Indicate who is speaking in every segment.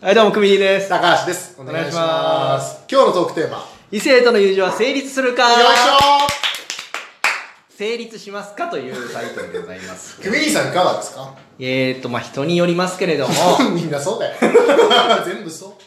Speaker 1: はい、どうも、くみにです。
Speaker 2: 高橋です。お
Speaker 1: 願
Speaker 2: 願
Speaker 1: い
Speaker 2: い
Speaker 1: し
Speaker 2: し
Speaker 1: ま
Speaker 2: ますす。今日のトークテーマ。よ
Speaker 1: 異性との友情は成立するか
Speaker 2: いし
Speaker 1: 成立しますかというタイトルでございます
Speaker 2: ょ。クミリーさんいかがですか
Speaker 1: えーと、まあ人によりますけれ ども、
Speaker 2: みんなそうだよ。 全部そう。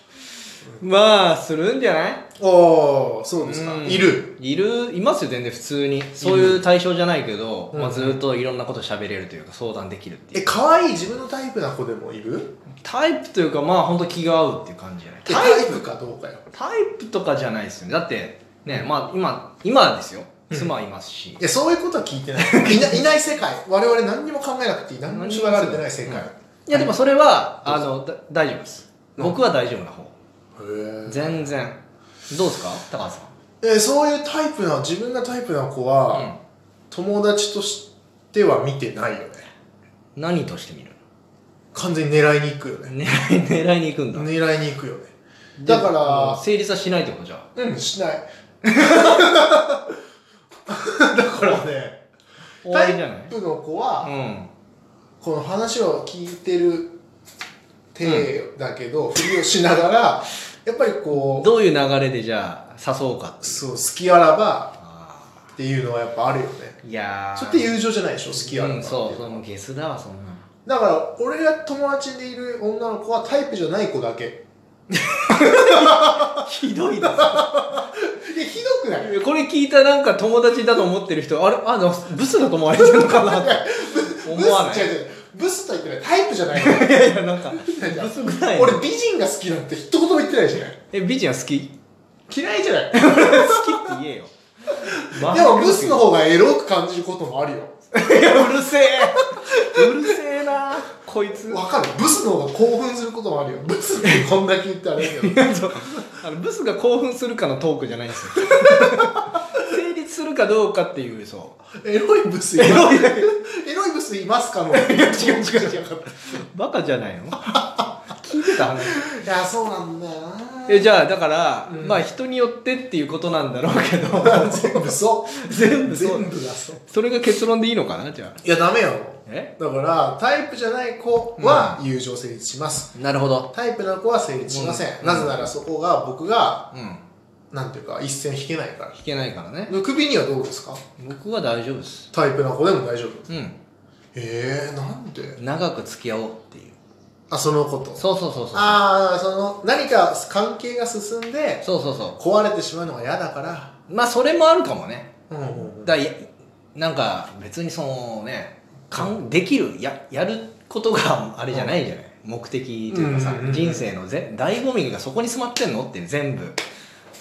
Speaker 1: まあ、するんじゃない
Speaker 2: おー、そうですか。
Speaker 1: うん
Speaker 2: いる。
Speaker 1: いる、いますよ、全然普通に。そういう対象じゃないけど、
Speaker 2: うん
Speaker 1: まあずっといろんなこと喋れるというか、相談できるってい
Speaker 2: え、
Speaker 1: う。
Speaker 2: 可愛い自分のタイプな子でもいる
Speaker 1: タイプというか、まあ本当気が合うっていう感じじゃない
Speaker 2: えタイプかどうかよ。
Speaker 1: タイプとかじゃないですよね。だって、ね、まあ今、今ですよ。妻いますし
Speaker 2: い。や、そういうことは聞いて ない。いないない世界。我々何にも考えなくていい。何にも縛られてない世
Speaker 1: う
Speaker 2: 界。
Speaker 1: ん
Speaker 2: へ
Speaker 1: いや、でもそれは、あの、だ大丈夫です。僕は大丈夫な方。
Speaker 2: ー
Speaker 1: 全然どうですか高橋さん
Speaker 2: えそういうタイプな、自分がタイプな子は、
Speaker 1: うん
Speaker 2: 友達としては見てないよね。
Speaker 1: 何としてみる
Speaker 2: 完全に狙いに行くよね。
Speaker 1: 狙い 狙いに行くんだ
Speaker 2: 狙いに行くよね。だか
Speaker 1: も
Speaker 2: ら
Speaker 1: う、成立はしないってことじゃあ
Speaker 2: うん、し ない。だからね、
Speaker 1: 終わ
Speaker 2: タ
Speaker 1: りじゃない
Speaker 2: イプの子は、
Speaker 1: うん
Speaker 2: この話を聞いてる体だけど、ふりをしながら、やっぱりこう、
Speaker 1: どういう流れでじゃあ誘おうか
Speaker 2: そう、好きあらば
Speaker 1: あ
Speaker 2: っていうのはやっぱあるよね。
Speaker 1: ーいやー
Speaker 2: それって友情じゃないでしょ、好きあらば
Speaker 1: う
Speaker 2: っ
Speaker 1: ん
Speaker 2: て
Speaker 1: そうそれもうゲスだわそんな の
Speaker 2: だから、俺が友達でいる女の子はタイプじゃない子だけ。
Speaker 1: ひどいです
Speaker 2: いや、ひどくない
Speaker 1: これ聞いたなんか友達だと思ってる人あれあのブスだと思われてるのかなって思わな
Speaker 2: ブ
Speaker 1: い
Speaker 2: ス、違う違うブスと言ってない。タイプじゃないの。
Speaker 1: いやいやなんか
Speaker 2: いや
Speaker 1: ブスぐらい
Speaker 2: 俺美人が好きなんて一言も言ってないじゃない
Speaker 1: え美人は好き
Speaker 2: 嫌いじゃ な
Speaker 1: 好
Speaker 2: い
Speaker 1: きって言えよ
Speaker 2: でもブスの方がエロく感じることもあるよ
Speaker 1: いやうるせえうるせえなこいつ
Speaker 2: わかるブスの方が興奮することもあるよブスってこんだけ言ってあれだけど
Speaker 1: あのブスが興奮するかのトークじゃないんですよ成立するかどうかっていうそう
Speaker 2: エロいブスいます
Speaker 1: エロい
Speaker 2: エロいブスいますかのいや違う違う違う
Speaker 1: バカじゃないの聞いてた話
Speaker 2: いやそうなんだよな
Speaker 1: えじゃあだから、
Speaker 2: うん
Speaker 1: まあ人によってっていうことなんだろうけど
Speaker 2: 全部そ う
Speaker 1: 全部そう
Speaker 2: 全部だそう
Speaker 1: それが結論でいいのかなじゃあ
Speaker 2: いやダメよ
Speaker 1: え
Speaker 2: だからタイプじゃない子は友情成立します、
Speaker 1: なるほど
Speaker 2: タイプの子は成立しません、
Speaker 1: うん
Speaker 2: なぜならそこが僕が
Speaker 1: うん
Speaker 2: なんていうか一線引けないから
Speaker 1: 聞けないからね
Speaker 2: 首にはどうですか
Speaker 1: 僕は大丈夫です
Speaker 2: タイプな子でも大丈夫
Speaker 1: うん
Speaker 2: えー、なんで
Speaker 1: 長く付き合おうっていう
Speaker 2: あそのこと
Speaker 1: そうそうそうそう
Speaker 2: ああその何か関係が進んで
Speaker 1: そうそうそ
Speaker 2: 壊れてしまうのが嫌だから
Speaker 1: うまあそれもあるかもね
Speaker 2: うんうんうん
Speaker 1: だいなんか別にそのねかんできるややることがあれじゃないじゃない、目的というかさ、
Speaker 2: うんうんうんうん
Speaker 1: 人生のぜ醍醐味がそこに詰まってんのっていう全部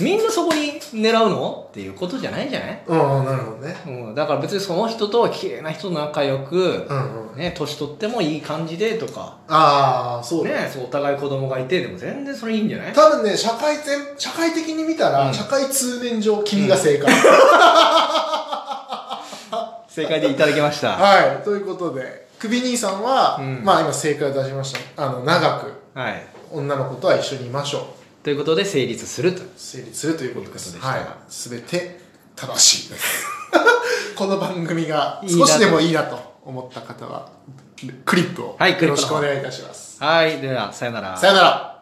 Speaker 1: みんなそこに狙うのっていうことじゃないじゃない、
Speaker 2: うんうんなるほどね
Speaker 1: うん、だから別にその人と綺麗な人と仲良く
Speaker 2: う、んうん
Speaker 1: ね、年取ってもいい感じでとか、
Speaker 2: ああそうだ、ね、
Speaker 1: ね、そうお互い子供がいてでも全然それいいんじゃない
Speaker 2: 多分ね社会全社会的に見たら、
Speaker 1: うん
Speaker 2: 社会通念上君が正解、
Speaker 1: 正解でいただきました
Speaker 2: はいということでクビ兄さんは、
Speaker 1: うん
Speaker 2: まあ今正解を出しましたあの長く
Speaker 1: はい
Speaker 2: 女の子とは一緒にいましょう
Speaker 1: ということで成立すると
Speaker 2: 成立するということです
Speaker 1: ということで
Speaker 2: は
Speaker 1: し
Speaker 2: い
Speaker 1: た
Speaker 2: 全て正しいです この番組が少しでもいいなと思った方はクリップを
Speaker 1: はいクリップ
Speaker 2: よ
Speaker 1: の方
Speaker 2: ろしくお願いいたします、
Speaker 1: はいではさよなら
Speaker 2: さよなら